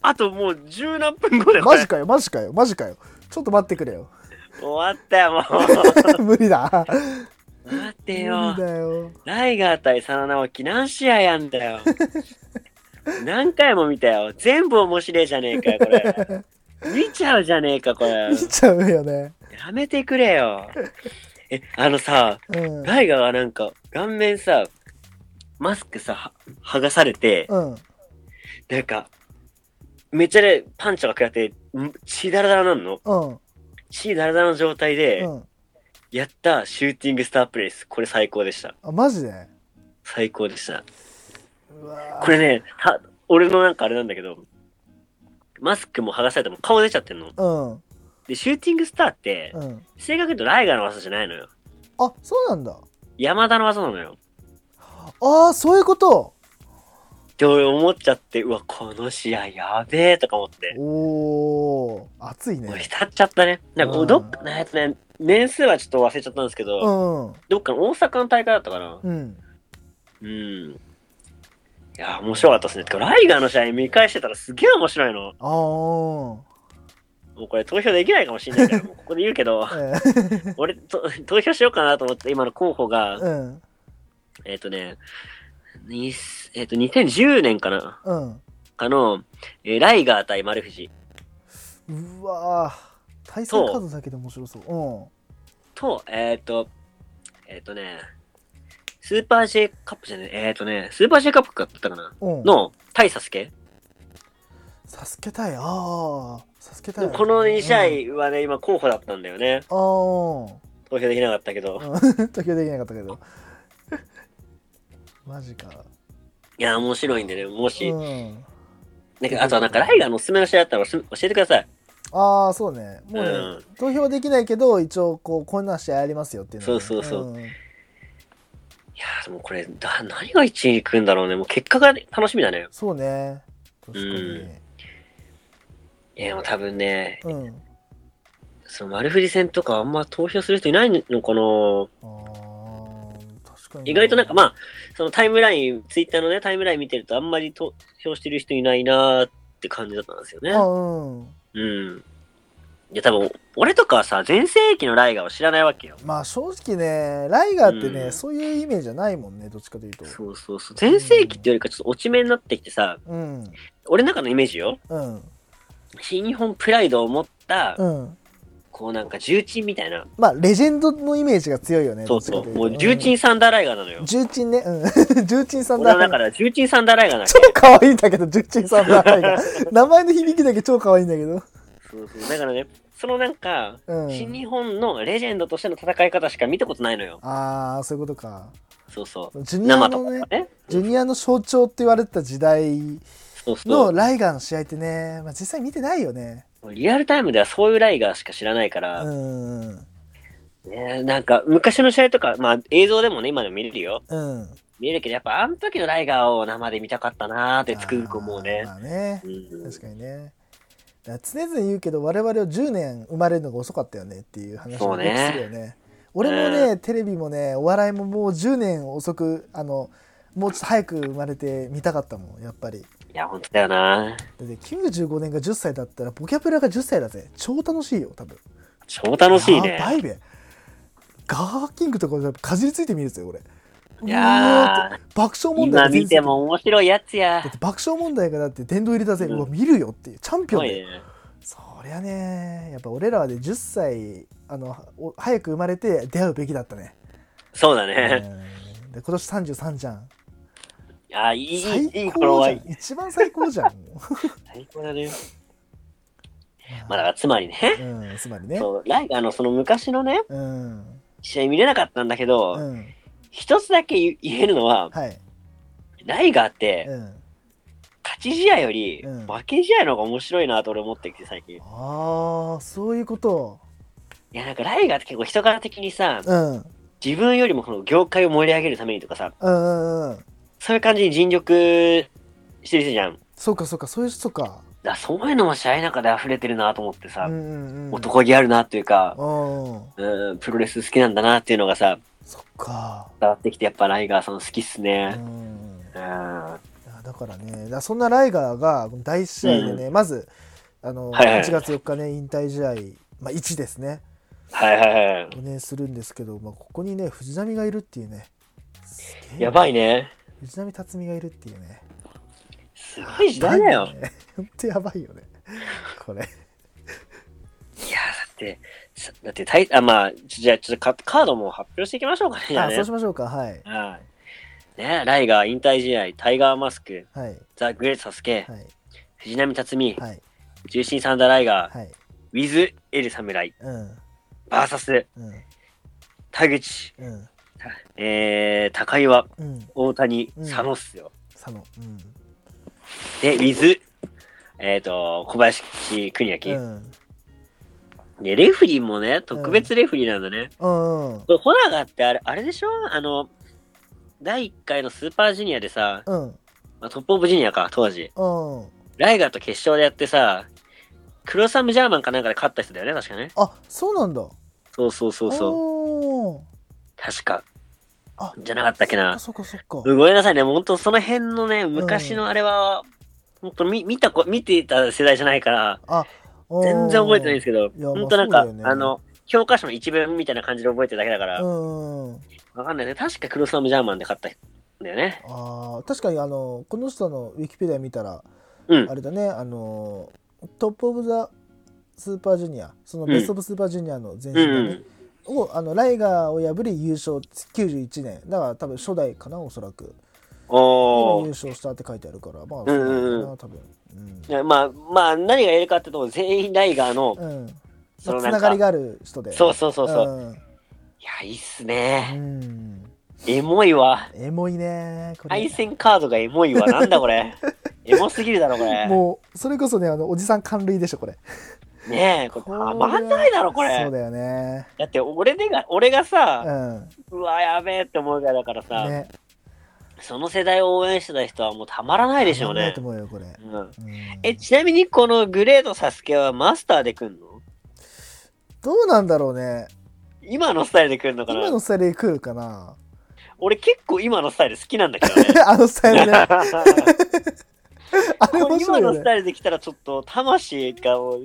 [SPEAKER 2] あともう十何分後で
[SPEAKER 1] 日マジかよマジかよマジかよちょっと待ってくれ よ
[SPEAKER 2] 終わったよも う
[SPEAKER 1] 無理だ
[SPEAKER 2] 待っ
[SPEAKER 1] 無
[SPEAKER 2] て
[SPEAKER 1] 理
[SPEAKER 2] よ
[SPEAKER 1] だよ
[SPEAKER 2] ライガー対真田直樹何試合やんだ よ。何回も見たよ。全部面白いじゃねえかよ、これ。見ちゃうじゃねえか、これ。
[SPEAKER 1] 見ちゃうよね
[SPEAKER 2] やめてくれよ。え、あのさ、
[SPEAKER 1] うん
[SPEAKER 2] ライガーがなんか、顔面さ、マスクさ、は剥がされて、
[SPEAKER 1] うん
[SPEAKER 2] なんか、めっちゃね、パンチが食らって、ん血だらだらなんの
[SPEAKER 1] うん
[SPEAKER 2] 血だらだらの状態
[SPEAKER 1] う
[SPEAKER 2] で、
[SPEAKER 1] ん
[SPEAKER 2] やったシューティングスタープレイス。これ最高でした。
[SPEAKER 1] あマジで
[SPEAKER 2] 最高でした。
[SPEAKER 1] うわー
[SPEAKER 2] これね、た俺のなんかあれなんだけど、マスクも剥がされても顔出ちゃってんの。
[SPEAKER 1] うん
[SPEAKER 2] で、シューティングスターって、
[SPEAKER 1] うん
[SPEAKER 2] 正確に言うとライガーの技じゃないのよ。
[SPEAKER 1] あそうなんだ
[SPEAKER 2] 山田の技なのよ。
[SPEAKER 1] ああそういうこと
[SPEAKER 2] って俺思っちゃって、うわ、この試合やべえとか思って。
[SPEAKER 1] おお熱い
[SPEAKER 2] もう
[SPEAKER 1] ね
[SPEAKER 2] 浸っちゃったね。なん
[SPEAKER 1] う
[SPEAKER 2] か、
[SPEAKER 1] ん
[SPEAKER 2] どっかのやつね、年数はちょっと忘れちゃったんですけど、
[SPEAKER 1] うんうん
[SPEAKER 2] どっかの大阪の大会だったかな。
[SPEAKER 1] うん
[SPEAKER 2] うん。いや、面白かったですね。てかライガーの試合見返してたらすげえ面白いの。
[SPEAKER 1] ああ
[SPEAKER 2] もうこれ投票できないかもしれな いから、もうここで言うけど、俺と、投票しようかなと思って、今の候補が、
[SPEAKER 1] うん。
[SPEAKER 2] えっ、とね、にえっ、と、2010年かな
[SPEAKER 1] うん。
[SPEAKER 2] かの、えーライガー対丸藤
[SPEAKER 1] うわぁ。対戦カードだけで面白そう。
[SPEAKER 2] と、えっ、と、えっ、とね、スーパー J カップじゃねえ、えっ、とね、スーパー J カップだったかな
[SPEAKER 1] うん。うん。
[SPEAKER 2] の、対サスケ
[SPEAKER 1] サスケ対、ああ。サスケ対。
[SPEAKER 2] この2試合はね、今候補だったんだよね。
[SPEAKER 1] 合。 ああ。
[SPEAKER 2] 投票できなかったけど。
[SPEAKER 1] うん投票できなかったけど マジか
[SPEAKER 2] いや、面白いんでね、もし、
[SPEAKER 1] うん
[SPEAKER 2] なんかあとはなんか、ライガーのおすすめの試合あったら教えてください。
[SPEAKER 1] ああそうねもうね、
[SPEAKER 2] うん
[SPEAKER 1] 投票できないけど一応こうこんな試合ありますよっていうのをね
[SPEAKER 2] そうそうそうんいやー、でもこれ、だ何が1位に来るんだろうね。もう結果がね楽しみだね。
[SPEAKER 1] そうね確かに
[SPEAKER 2] いや、でも多分ね、
[SPEAKER 1] うん、
[SPEAKER 2] その丸藤戦とかあんま投票する人いないのかな
[SPEAKER 1] ああ確かに
[SPEAKER 2] 意外となんかま
[SPEAKER 1] あ
[SPEAKER 2] あ、そのタイムライン、ツイッターのね、タイムライン見てるとあんまり投票してる人いないなーって感じだったんですよね
[SPEAKER 1] あ。うん
[SPEAKER 2] うん。いや、多分、俺とかはさ、全盛期のライガーを知らないわけよ。
[SPEAKER 1] まあ正直ねライガーってね、
[SPEAKER 2] うん
[SPEAKER 1] そういうイメージじゃないもんねどっちかというと
[SPEAKER 2] そうそうそう。全盛期っていうよりかちょっと落ち目になってきてさ、
[SPEAKER 1] うん
[SPEAKER 2] 俺の中のイメージよ。
[SPEAKER 1] うん
[SPEAKER 2] 新日本プライドを持った、
[SPEAKER 1] うん
[SPEAKER 2] こうなんか重鎮みたいな。
[SPEAKER 1] まあレジェンドのイメージが強いよね
[SPEAKER 2] そ
[SPEAKER 1] ど
[SPEAKER 2] うそ
[SPEAKER 1] っちかと
[SPEAKER 2] う。
[SPEAKER 1] いと
[SPEAKER 2] もう重鎮サンダーライガーなのよ。
[SPEAKER 1] うん重鎮ねうん 重鎮さん
[SPEAKER 2] 俺
[SPEAKER 1] だ
[SPEAKER 2] はだから重鎮サンダーライガーなわけ
[SPEAKER 1] 超可愛いんだけど、十鎮さんの名前が。名前の響きだけ超可愛いんだけど。
[SPEAKER 2] そうそうだからねそのなんか、
[SPEAKER 1] うん
[SPEAKER 2] 新日本のレジェンドとしての戦い方しか見たことないのよ
[SPEAKER 1] ああ、そういうことか。
[SPEAKER 2] そうそう
[SPEAKER 1] ジュニア
[SPEAKER 2] 生と
[SPEAKER 1] の
[SPEAKER 2] か
[SPEAKER 1] ね、
[SPEAKER 2] ね
[SPEAKER 1] ジュニアの象徴って言われてた時代
[SPEAKER 2] そうそ
[SPEAKER 1] の
[SPEAKER 2] う
[SPEAKER 1] ライガーの試合ってね、まあ、実際見てないよね。
[SPEAKER 2] リアルタイムではそういうライガーしか知らないか
[SPEAKER 1] う
[SPEAKER 2] ら、
[SPEAKER 1] ん。うん。
[SPEAKER 2] ねなんか昔の試合とかまあ映像でもね今でも見れるよ見れるけどやっぱあの時のライガーを生で見たかったなーってつくづく思うね
[SPEAKER 1] あーまあね
[SPEAKER 2] う。ん
[SPEAKER 1] 確かにね。だから常々言うけど、我々を10年生まれるのが遅かったよねっていう話
[SPEAKER 2] そ
[SPEAKER 1] を
[SPEAKER 2] う
[SPEAKER 1] よ
[SPEAKER 2] ね
[SPEAKER 1] くするよね。俺もね、テレビもね、お笑いももう10年遅く、あの、もうちょっと早く生まれて見たかったもん、やっぱり。
[SPEAKER 2] いや本当だよな
[SPEAKER 1] だって95年が10歳だったらボキャブラが10歳だぜ超楽しいよ多分
[SPEAKER 2] 超楽しいね
[SPEAKER 1] やばいべガーキングとかかじりついてみるぜ俺
[SPEAKER 2] いやー
[SPEAKER 1] うわーって爆笑問題
[SPEAKER 2] 今
[SPEAKER 1] が全
[SPEAKER 2] 見
[SPEAKER 1] 盛
[SPEAKER 2] ても面白いやつや
[SPEAKER 1] だって爆笑問題がだって殿堂入りだぜ、
[SPEAKER 2] う
[SPEAKER 1] うんわ見るよっていうチャン
[SPEAKER 2] す
[SPEAKER 1] ピオン
[SPEAKER 2] ごい
[SPEAKER 1] だよ
[SPEAKER 2] ね
[SPEAKER 1] そりゃねやっぱ俺らはね10歳あのお早く生まれて出会うべきだったね、
[SPEAKER 2] そうだ
[SPEAKER 1] う
[SPEAKER 2] ね、
[SPEAKER 1] ん、で今年33じゃん
[SPEAKER 2] あいいい
[SPEAKER 1] 最
[SPEAKER 2] いいい頃
[SPEAKER 1] 高
[SPEAKER 2] は
[SPEAKER 1] じゃ
[SPEAKER 2] いい
[SPEAKER 1] ん一番最高じ ゃんもう
[SPEAKER 2] 最高だねまあだからつまりね、
[SPEAKER 1] うんつまりね
[SPEAKER 2] そう、ライガーのその昔のね、
[SPEAKER 1] うん
[SPEAKER 2] 試合見れなかったんだけど、
[SPEAKER 1] うん
[SPEAKER 2] 一つだけ言言えるのは、
[SPEAKER 1] はい
[SPEAKER 2] ライガーって、
[SPEAKER 1] うん
[SPEAKER 2] 勝ち試合より、
[SPEAKER 1] うん
[SPEAKER 2] 負け試合の方が面白いなと俺思ってきて最近。い
[SPEAKER 1] ああそういうこと
[SPEAKER 2] や、なんかライガーって結構人柄的にさ、
[SPEAKER 1] うんうん
[SPEAKER 2] 自分よりもこの業界を盛り上げるためにとかさ、
[SPEAKER 1] うんうん
[SPEAKER 2] そういう感じに尽力してる人じゃん。だか
[SPEAKER 1] そうかそうかそういう人か、
[SPEAKER 2] らそういうのも試合の中で溢れてるなと思ってさ、
[SPEAKER 1] うんうんうん
[SPEAKER 2] 男気あるなっていうか、
[SPEAKER 1] うん
[SPEAKER 2] うん、プロレス好きなんだなっていうのがさ、
[SPEAKER 1] そっか
[SPEAKER 2] 伝わってきて、やっぱライガーさん好きっす
[SPEAKER 1] う
[SPEAKER 2] ね。
[SPEAKER 1] んい
[SPEAKER 2] うん
[SPEAKER 1] やだからねだからそんなライガーが第一試合でね、まずあの、
[SPEAKER 2] はいはい
[SPEAKER 1] 8月4日ね引退試合、まあ、1ですね
[SPEAKER 2] はいはいは
[SPEAKER 1] をねするんですけど、まあ、ここにね藤波がいるっていうねすげえ
[SPEAKER 2] い。やばいね。
[SPEAKER 1] 藤波辰巳がいるっていうね
[SPEAKER 2] すごい時代だよ。
[SPEAKER 1] ね ほんとやばいよねこれ
[SPEAKER 2] いやー、だって、さだってたい、あ、まあ、ちょじゃあ、ちょっとカカードも発表していきましょうかね。じゃあ
[SPEAKER 1] あ
[SPEAKER 2] ね
[SPEAKER 1] そうしましょうかはい
[SPEAKER 2] はい。ね、ライガー引退試合、タイガーマスク、
[SPEAKER 1] はい
[SPEAKER 2] ザ・グレート・サスケ、
[SPEAKER 1] はい
[SPEAKER 2] 藤波辰巳、
[SPEAKER 1] はい
[SPEAKER 2] 重心サンダー・ライガー、
[SPEAKER 1] はい
[SPEAKER 2] ウィズ・エル・サムライ、
[SPEAKER 1] うん
[SPEAKER 2] バーサス、
[SPEAKER 1] うん
[SPEAKER 2] 田口、
[SPEAKER 1] うん
[SPEAKER 2] えー、高岩、
[SPEAKER 1] うん
[SPEAKER 2] 大谷、
[SPEAKER 1] うん
[SPEAKER 2] 佐野っすよ。
[SPEAKER 1] 佐野うん
[SPEAKER 2] で、ウィズ、えっ、と、小林邦
[SPEAKER 1] う
[SPEAKER 2] 明、
[SPEAKER 1] ん
[SPEAKER 2] で、レフリーもね、特別レフリーなんだね。
[SPEAKER 1] うん
[SPEAKER 2] これホラガーってあれ、あれでしょあの、第1回のスーパージュニアでさ、
[SPEAKER 1] うん
[SPEAKER 2] まあ、トップオブジュニアか、当時。
[SPEAKER 1] うん
[SPEAKER 2] ライガーと決勝でやってさ、黒サムジャーマンかなんかで勝った人だよね、確かね。
[SPEAKER 1] あそうなんだ
[SPEAKER 2] そうそうそうそう。
[SPEAKER 1] おー
[SPEAKER 2] 確か。
[SPEAKER 1] あ
[SPEAKER 2] じゃなかったっけな。
[SPEAKER 1] そっかそっかそっか
[SPEAKER 2] ごめんなさいね、もうほんとその辺のね、昔のあれは、ほんと見見たこ見てた世代じゃないから、
[SPEAKER 1] あ
[SPEAKER 2] 全然覚えてないんですけど、
[SPEAKER 1] いやまあ
[SPEAKER 2] ほんとなんか、
[SPEAKER 1] そうだよね
[SPEAKER 2] あの、教科書の一文みたいな感じで覚えてるだけだから、
[SPEAKER 1] う
[SPEAKER 2] わ、
[SPEAKER 1] ん。
[SPEAKER 2] かんないね。確かクロスアームジャーマンで買ったんだよね。
[SPEAKER 1] あー確かにあのこの人のウィキペディア見たら、
[SPEAKER 2] うん
[SPEAKER 1] あれだねあのトップ・オブ・ザ・スーパージュニアそのベスト・オブ・スーパージュニアの前身だねをあのライガーを破り優勝91年だから多分初代かなおそらく
[SPEAKER 2] お
[SPEAKER 1] 優
[SPEAKER 2] ー。
[SPEAKER 1] 勝したって書いてあるからまあ
[SPEAKER 2] ん
[SPEAKER 1] そう
[SPEAKER 2] うん
[SPEAKER 1] なんだな多分うん
[SPEAKER 2] いやまあ、まあ、何が言えるかってと、全員ライガーの、
[SPEAKER 1] うんまあつ
[SPEAKER 2] そのなんか
[SPEAKER 1] ながりがある人で
[SPEAKER 2] そう
[SPEAKER 1] そ
[SPEAKER 2] そうそうそう。
[SPEAKER 1] ん
[SPEAKER 2] いや、いいっす
[SPEAKER 1] う
[SPEAKER 2] ね。
[SPEAKER 1] ん
[SPEAKER 2] エモいわ。
[SPEAKER 1] エモいねこ
[SPEAKER 2] 対
[SPEAKER 1] れ
[SPEAKER 2] 戦カードがエモいわ。なんだ これ。エモすぎるだろ、これ。
[SPEAKER 1] もうそれこそねあのおじさん寒類でしょこれ
[SPEAKER 2] ねえ、これ、
[SPEAKER 1] これ
[SPEAKER 2] たまんないだろ、こ
[SPEAKER 1] そう
[SPEAKER 2] れ。
[SPEAKER 1] だよね
[SPEAKER 2] だって、俺でが、俺が
[SPEAKER 1] う
[SPEAKER 2] さ、
[SPEAKER 1] ん
[SPEAKER 2] うわ、やべえって思うからだからさ、
[SPEAKER 1] ね
[SPEAKER 2] その世代を応援してた人はもうたまらないでしょう
[SPEAKER 1] ない
[SPEAKER 2] ね
[SPEAKER 1] と。思うよこれ
[SPEAKER 2] うん、
[SPEAKER 1] うん
[SPEAKER 2] え、ちなみに、このグレードサスケはマスターで来んの
[SPEAKER 1] どうなんだろうね
[SPEAKER 2] 今のスタイルで来るのか
[SPEAKER 1] 今
[SPEAKER 2] な
[SPEAKER 1] のスタイルで来るかな
[SPEAKER 2] 俺結構今のスタイル好きなんだけど ね。
[SPEAKER 1] あのスタイルねあれ
[SPEAKER 2] こ
[SPEAKER 1] 面
[SPEAKER 2] れ
[SPEAKER 1] 白
[SPEAKER 2] 今
[SPEAKER 1] いよ
[SPEAKER 2] のス
[SPEAKER 1] ね
[SPEAKER 2] タイルで来たらちょっと魂がもう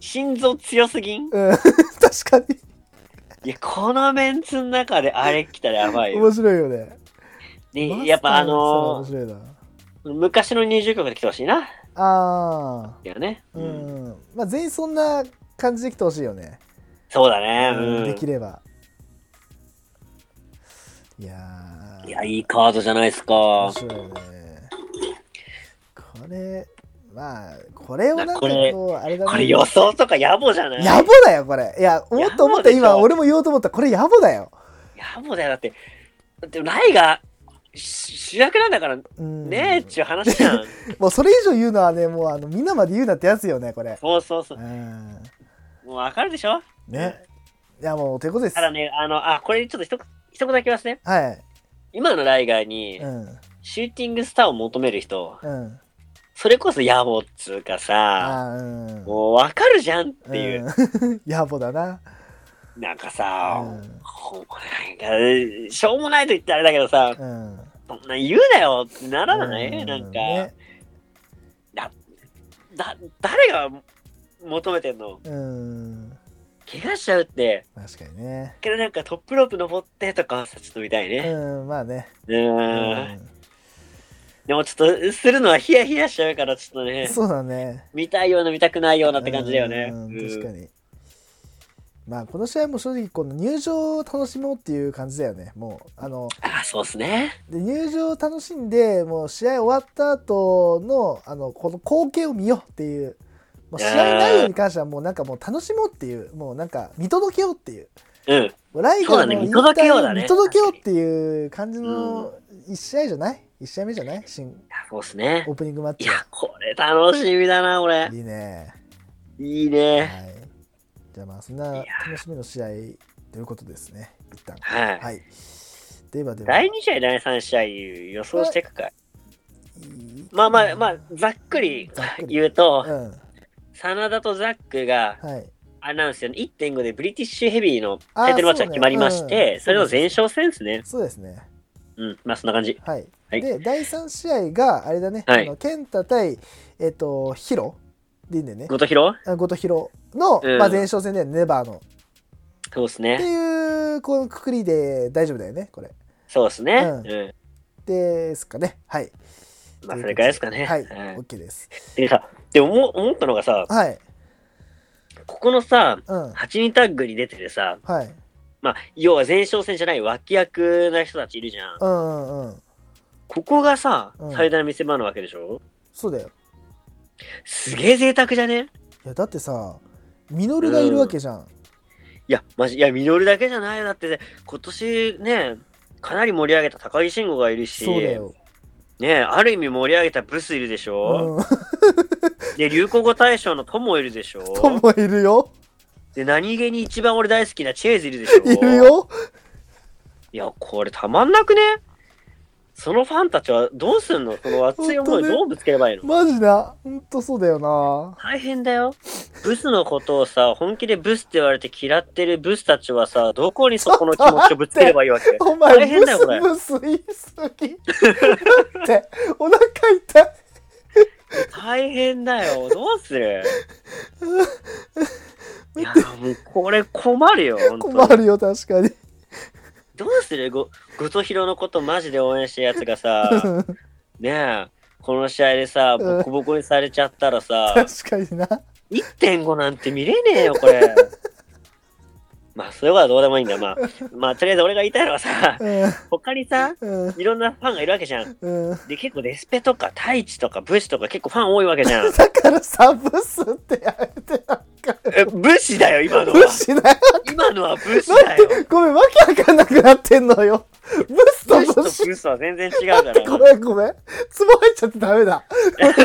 [SPEAKER 2] 心臓強すぎ
[SPEAKER 1] う
[SPEAKER 2] ん
[SPEAKER 1] ん 確かに
[SPEAKER 2] いやこのメンツの中であれ来たらやばいよ
[SPEAKER 1] 面、白いよね
[SPEAKER 2] ね、やっぱあ
[SPEAKER 1] マ
[SPEAKER 2] の
[SPEAKER 1] スターのスタイル面白い
[SPEAKER 2] 昔の20曲で来てほしいな
[SPEAKER 1] なあ
[SPEAKER 2] だよね、
[SPEAKER 1] ーうん、まあ全員そんな感じで来てほしいよね、
[SPEAKER 2] そうだねうん
[SPEAKER 1] できればいやー
[SPEAKER 2] いやいいカードじゃないですか
[SPEAKER 1] 面白いよねこれまあこれをなんか
[SPEAKER 2] これ
[SPEAKER 1] こうあれだね
[SPEAKER 2] これ予想とか野暮じゃない
[SPEAKER 1] 野暮だよこれいや思った思った
[SPEAKER 2] 野暮でしょ
[SPEAKER 1] 今俺も言おうと思ったこれ野暮だよ、
[SPEAKER 2] 野暮だよだってだってライがし主役なんだから
[SPEAKER 1] うん、
[SPEAKER 2] ねえっちゅう話じ ゃん
[SPEAKER 1] もうそれ以上言うのはねもうあのみんなまで言うなってやつよねこれ
[SPEAKER 2] そうそうそううんもうわかるでしょ
[SPEAKER 1] ねいやもうということです
[SPEAKER 2] ただねあのあこれちょっと一言一言だけ言わせて
[SPEAKER 1] はい
[SPEAKER 2] 今のライガーに、
[SPEAKER 1] うん
[SPEAKER 2] シューティングスターを求める人、
[SPEAKER 1] うん
[SPEAKER 2] それこそ野暮っつうかさ、
[SPEAKER 1] あーうん
[SPEAKER 2] もうわかるじゃんっていう、
[SPEAKER 1] うん、 野暮だな
[SPEAKER 2] なんかさ、
[SPEAKER 1] うん
[SPEAKER 2] ほんなんかしょうもないと言ったらあれだけどさ、
[SPEAKER 1] うん
[SPEAKER 2] そんな言うなよってならない、
[SPEAKER 1] うん
[SPEAKER 2] なんか、
[SPEAKER 1] ね
[SPEAKER 2] だ、誰が求めてんの
[SPEAKER 1] うん
[SPEAKER 2] 怪我しちゃうって、
[SPEAKER 1] 確かにね
[SPEAKER 2] けどなんかトップロープ登ってとかさ、ちょっと見たいね。
[SPEAKER 1] うんまあね
[SPEAKER 2] う。
[SPEAKER 1] うん
[SPEAKER 2] でもちょっと、するのはヒヤヒヤしちゃうから、ちょっとね、
[SPEAKER 1] そうだね
[SPEAKER 2] 見たいような見たくないようなって感じだよね。
[SPEAKER 1] うん
[SPEAKER 2] うん
[SPEAKER 1] 確かにまあこの試合も正直この入場を楽しもうっていう感じだよねもうあの
[SPEAKER 2] あ、そうっすね。
[SPEAKER 1] で入場を楽しんでもう試合終わった後のあのこの光景を見ようっていうもう試合内容に関してはもうなんかもう楽しもうっていうもうなんか見届けようっていう
[SPEAKER 2] うん。
[SPEAKER 1] もうライ
[SPEAKER 2] そう
[SPEAKER 1] ガー
[SPEAKER 2] だ
[SPEAKER 1] の引退
[SPEAKER 2] ね見届けようだね
[SPEAKER 1] 見届けようっていう感じの1試合じゃない、一 ?1 試合目じゃない新
[SPEAKER 2] あそうっすね
[SPEAKER 1] オ。ープニングマッ
[SPEAKER 2] い
[SPEAKER 1] チ
[SPEAKER 2] や、これ楽しみだな、俺。
[SPEAKER 1] いいね
[SPEAKER 2] い
[SPEAKER 1] はい
[SPEAKER 2] いね。
[SPEAKER 1] じゃあまあそんな楽しみの試合ということですね一旦
[SPEAKER 2] はい。
[SPEAKER 1] はいではでは
[SPEAKER 2] 第2試合、第3試合予想していくか。
[SPEAKER 1] いい
[SPEAKER 2] まあまあまあ、ざっくり
[SPEAKER 1] ざっくり
[SPEAKER 2] 言うと、
[SPEAKER 1] うん
[SPEAKER 2] 真田とザックが、
[SPEAKER 1] はい
[SPEAKER 2] あれなんですよね、1.5でブリティッシュヘビーの
[SPEAKER 1] あー
[SPEAKER 2] タイトルマッチが決まりまし
[SPEAKER 1] そうねう
[SPEAKER 2] て、
[SPEAKER 1] ん
[SPEAKER 2] それの前哨戦ですね。
[SPEAKER 1] そうですね
[SPEAKER 2] うん、まあそんな感じ。
[SPEAKER 1] はい。
[SPEAKER 2] はい
[SPEAKER 1] で、第3試合が、あれだね、
[SPEAKER 2] はい
[SPEAKER 1] あの健太対、えっ、と、ヒロでいいんだよね。
[SPEAKER 2] 後藤弘
[SPEAKER 1] あ後藤ヒロの、
[SPEAKER 2] うん
[SPEAKER 1] まあ、前哨戦でネバーの。
[SPEAKER 2] そうです
[SPEAKER 1] って
[SPEAKER 2] ね。
[SPEAKER 1] いう、このくくりで大丈夫だよね、これ。
[SPEAKER 2] そうですね。
[SPEAKER 1] うん
[SPEAKER 2] う
[SPEAKER 1] ですかね。はい。
[SPEAKER 2] ん。まあそれくらいですかね。
[SPEAKER 1] はい。
[SPEAKER 2] うん
[SPEAKER 1] OK です。
[SPEAKER 2] でさ、で思う思ったのがさ、
[SPEAKER 1] はい。
[SPEAKER 2] ここのさ、
[SPEAKER 1] うん。
[SPEAKER 2] 8人タッグに出ててさ、
[SPEAKER 1] はい。
[SPEAKER 2] まあ、要は前哨戦じゃない脇役な人たちいるじゃん。
[SPEAKER 1] うんうんうん。こ
[SPEAKER 2] ここがさ
[SPEAKER 1] うん、
[SPEAKER 2] 最大の見せ場なわけでしょ、
[SPEAKER 1] そうだよ。
[SPEAKER 2] すげえ贅沢じゃね
[SPEAKER 1] いや、だってさ、ミノルがいるわけじゃん。
[SPEAKER 2] いや、マジ、いや、ミノルだけじゃないよ。だって、今年ね、かなり盛り上げた高木慎吾がいるし、
[SPEAKER 1] そうだよ。
[SPEAKER 2] ね、ある意味盛り上げたブスいるでしょ、
[SPEAKER 1] うん。
[SPEAKER 2] で、流行語大賞のトモいるでしょ
[SPEAKER 1] ともいるよ。
[SPEAKER 2] で、何気に一番俺大好きなチェーズいるでしょ
[SPEAKER 1] いるよ。
[SPEAKER 2] いや、これたまんなくねそのファンたちはどうすんのその熱い思
[SPEAKER 1] 本当
[SPEAKER 2] い
[SPEAKER 1] ね
[SPEAKER 2] どうぶつければいいの
[SPEAKER 1] マジな。ほんとそうだよな。
[SPEAKER 2] 大変だよ。ブスのことをさ、本気でブスって言われて嫌ってるブスたちはさ、どこにそこの気持ちをぶつければいいわけ
[SPEAKER 1] お
[SPEAKER 2] 大
[SPEAKER 1] 前、
[SPEAKER 2] 変だよこれ
[SPEAKER 1] ブスブス言いすぎ。だって、お腹痛い。
[SPEAKER 2] 大変だよ。どうするいやーもうこれ困るよ、本当に
[SPEAKER 1] 困るよ、確かに。
[SPEAKER 2] どうするご、ごとひろのことマジで応援してるやつ がさ、ねえ、この試合でさ、
[SPEAKER 1] うん
[SPEAKER 2] ボコボコにされちゃったらさ、
[SPEAKER 1] 確かにな。
[SPEAKER 2] 1.5なんて見れねえよ、これ。まあ、そういうことはどうでもいいんだよ。まあ、まあ、とりあえず俺が言いたいのはさ、
[SPEAKER 1] う
[SPEAKER 2] 他にさ、
[SPEAKER 1] ん。うん
[SPEAKER 2] いろんなファンがいるわけじゃん。
[SPEAKER 1] うん。。
[SPEAKER 2] で、結構レスペとか、太一とか、武士とか結構ファン多いわけじゃん
[SPEAKER 1] だからサブスってやめてなんか。
[SPEAKER 2] え、武士だよ、今の
[SPEAKER 1] ブ
[SPEAKER 2] は。
[SPEAKER 1] スだよ。
[SPEAKER 2] 今のは武士だよ。
[SPEAKER 1] ごめん、わけわかんなくなってんのよ。ブス
[SPEAKER 2] 武士
[SPEAKER 1] と
[SPEAKER 2] と
[SPEAKER 1] ブス。
[SPEAKER 2] 武士は全然違う からな。
[SPEAKER 1] ごめん、ごめん。ツボ入っちゃってダメだ。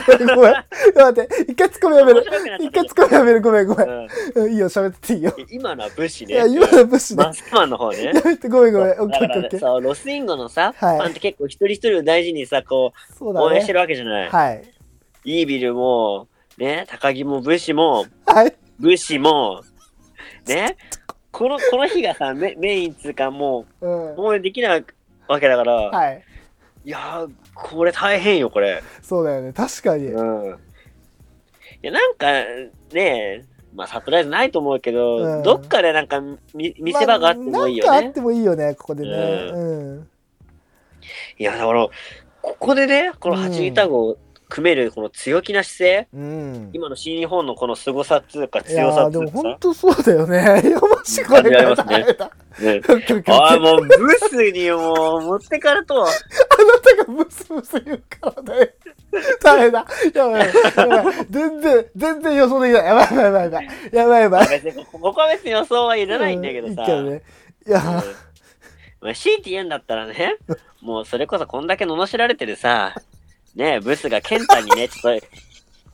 [SPEAKER 1] ごめん、ごめん。待って、一回ツッコミやめ
[SPEAKER 2] 面
[SPEAKER 1] る。
[SPEAKER 2] 白くなっちゃ
[SPEAKER 1] 一
[SPEAKER 2] った
[SPEAKER 1] 回ツッコミやめる。ごめん、ごめん。
[SPEAKER 2] うん
[SPEAKER 1] うんいいよ、喋ってていいよ。
[SPEAKER 2] 今のは武士
[SPEAKER 1] い
[SPEAKER 2] ね。
[SPEAKER 1] や、今のブ スね
[SPEAKER 2] マ。スクマンの方ね
[SPEAKER 1] や。めて、ごめん、ごめん。オッ
[SPEAKER 2] だ
[SPEAKER 1] ケー
[SPEAKER 2] か
[SPEAKER 1] オッケ
[SPEAKER 2] らね
[SPEAKER 1] ーオッケー。
[SPEAKER 2] そう、ロスインゴのさ、
[SPEAKER 1] はい
[SPEAKER 2] ファンって結構一人一人を大事にさ、こ
[SPEAKER 1] そう
[SPEAKER 2] う、応援
[SPEAKER 1] だ
[SPEAKER 2] して
[SPEAKER 1] ね。
[SPEAKER 2] るわけじゃない。
[SPEAKER 1] はい。
[SPEAKER 2] イービルも、ね、高木も武士も、
[SPEAKER 1] はい。
[SPEAKER 2] 武士も、ね、この、この日がさ、メメインつうかも
[SPEAKER 1] うん
[SPEAKER 2] う、。応援できないわけだから、
[SPEAKER 1] はい。
[SPEAKER 2] い、やー、これ大変よ、これ。
[SPEAKER 1] そうだよね。確かに。
[SPEAKER 2] うん。いや、なんか、ね、まあ、サプライズないと思うけど、
[SPEAKER 1] うん
[SPEAKER 2] どっかでなんか見、見せ場があってもいいよね。
[SPEAKER 1] まあなんかあってもいいよね、ここでね。
[SPEAKER 2] う
[SPEAKER 1] うん。
[SPEAKER 2] いや、だから、ここでね、この8ギタゴを組める、この強気な姿勢、
[SPEAKER 1] うん。
[SPEAKER 2] 今の新日本のこの凄さっつうか、
[SPEAKER 1] いや
[SPEAKER 2] 強さ
[SPEAKER 1] ー
[SPEAKER 2] っつ
[SPEAKER 1] でも
[SPEAKER 2] うか
[SPEAKER 1] 本当そうだよね。よましこれ
[SPEAKER 2] や
[SPEAKER 1] が
[SPEAKER 2] りますね
[SPEAKER 1] ダメだ。
[SPEAKER 2] さ。ね、
[SPEAKER 1] オッケーオッケーオッ
[SPEAKER 2] あ
[SPEAKER 1] ケ
[SPEAKER 2] あ、
[SPEAKER 1] ー
[SPEAKER 2] もうブスにもう持ってかるとは、
[SPEAKER 1] あなたがブスブス言うからだよ。ダメだ。やばいやばい。全然、全然予想できない。やばいやばいやばい。やばいやばい。
[SPEAKER 2] 別にここは別に予想はいらないんだけど
[SPEAKER 1] う
[SPEAKER 2] さ。
[SPEAKER 1] いいね。いやー、
[SPEAKER 2] うんまあ、強いて言うんだったらね、もうそれこそこんだけ罵られてるさ、ね、ブスがケンタにね、ちょっと、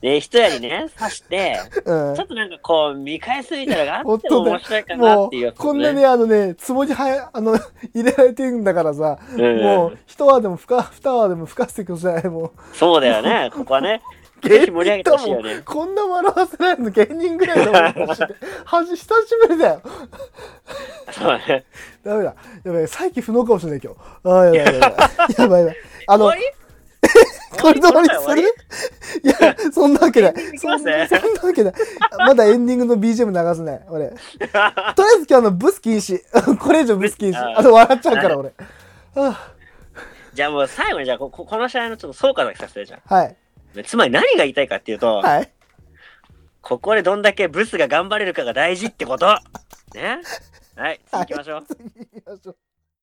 [SPEAKER 2] ね、一やりね、刺して、
[SPEAKER 1] うん
[SPEAKER 2] ちょっとなんかこう、見返すみたいなのがあって
[SPEAKER 1] 本当
[SPEAKER 2] も
[SPEAKER 1] だよ
[SPEAKER 2] 面白いかな
[SPEAKER 1] も
[SPEAKER 2] っていうや
[SPEAKER 1] う、
[SPEAKER 2] つね、
[SPEAKER 1] こんなにあのね、壺にはあの、 入れられてるんだからさ、
[SPEAKER 2] うん
[SPEAKER 1] もう、一泡でも吹か、二泡でも吹かせてください、 も
[SPEAKER 2] そうだよ ね、ここはね。
[SPEAKER 1] う。
[SPEAKER 2] ぜひ盛り上げてほしいよ
[SPEAKER 1] 芸人だも
[SPEAKER 2] ね
[SPEAKER 1] ん。こんな笑わせないの芸人ぐらいだもん。マジではじ、久しぶりだよ。
[SPEAKER 2] そうだね。
[SPEAKER 1] ダメだ。やばい、再起不能かもしれない、今日。あーやばいやばい。やばいやばい。あの、
[SPEAKER 2] 終わり
[SPEAKER 1] これで終わり
[SPEAKER 2] 終わり
[SPEAKER 1] するいや、そんなわけない。
[SPEAKER 2] いき
[SPEAKER 1] そ
[SPEAKER 2] ま
[SPEAKER 1] ん
[SPEAKER 2] す
[SPEAKER 1] なそんなわけない。まだエンディングの BGM 流せない、 俺。とりあえず今日あのブス禁止。 これ以上ブス禁
[SPEAKER 2] あ
[SPEAKER 1] 止。
[SPEAKER 2] ー
[SPEAKER 1] あと笑っちゃうから、俺。は
[SPEAKER 2] じゃあもう最後にじゃあこ、ここの試合のちょっと総括だけさせてじゃ
[SPEAKER 1] あはい。
[SPEAKER 2] ん。つまり何が言いたいかっていうと、
[SPEAKER 1] はい。
[SPEAKER 2] ここでどんだけブスが頑張れるかが大事ってこと。ね。はい、次行きましょう。
[SPEAKER 1] 次行きましょう。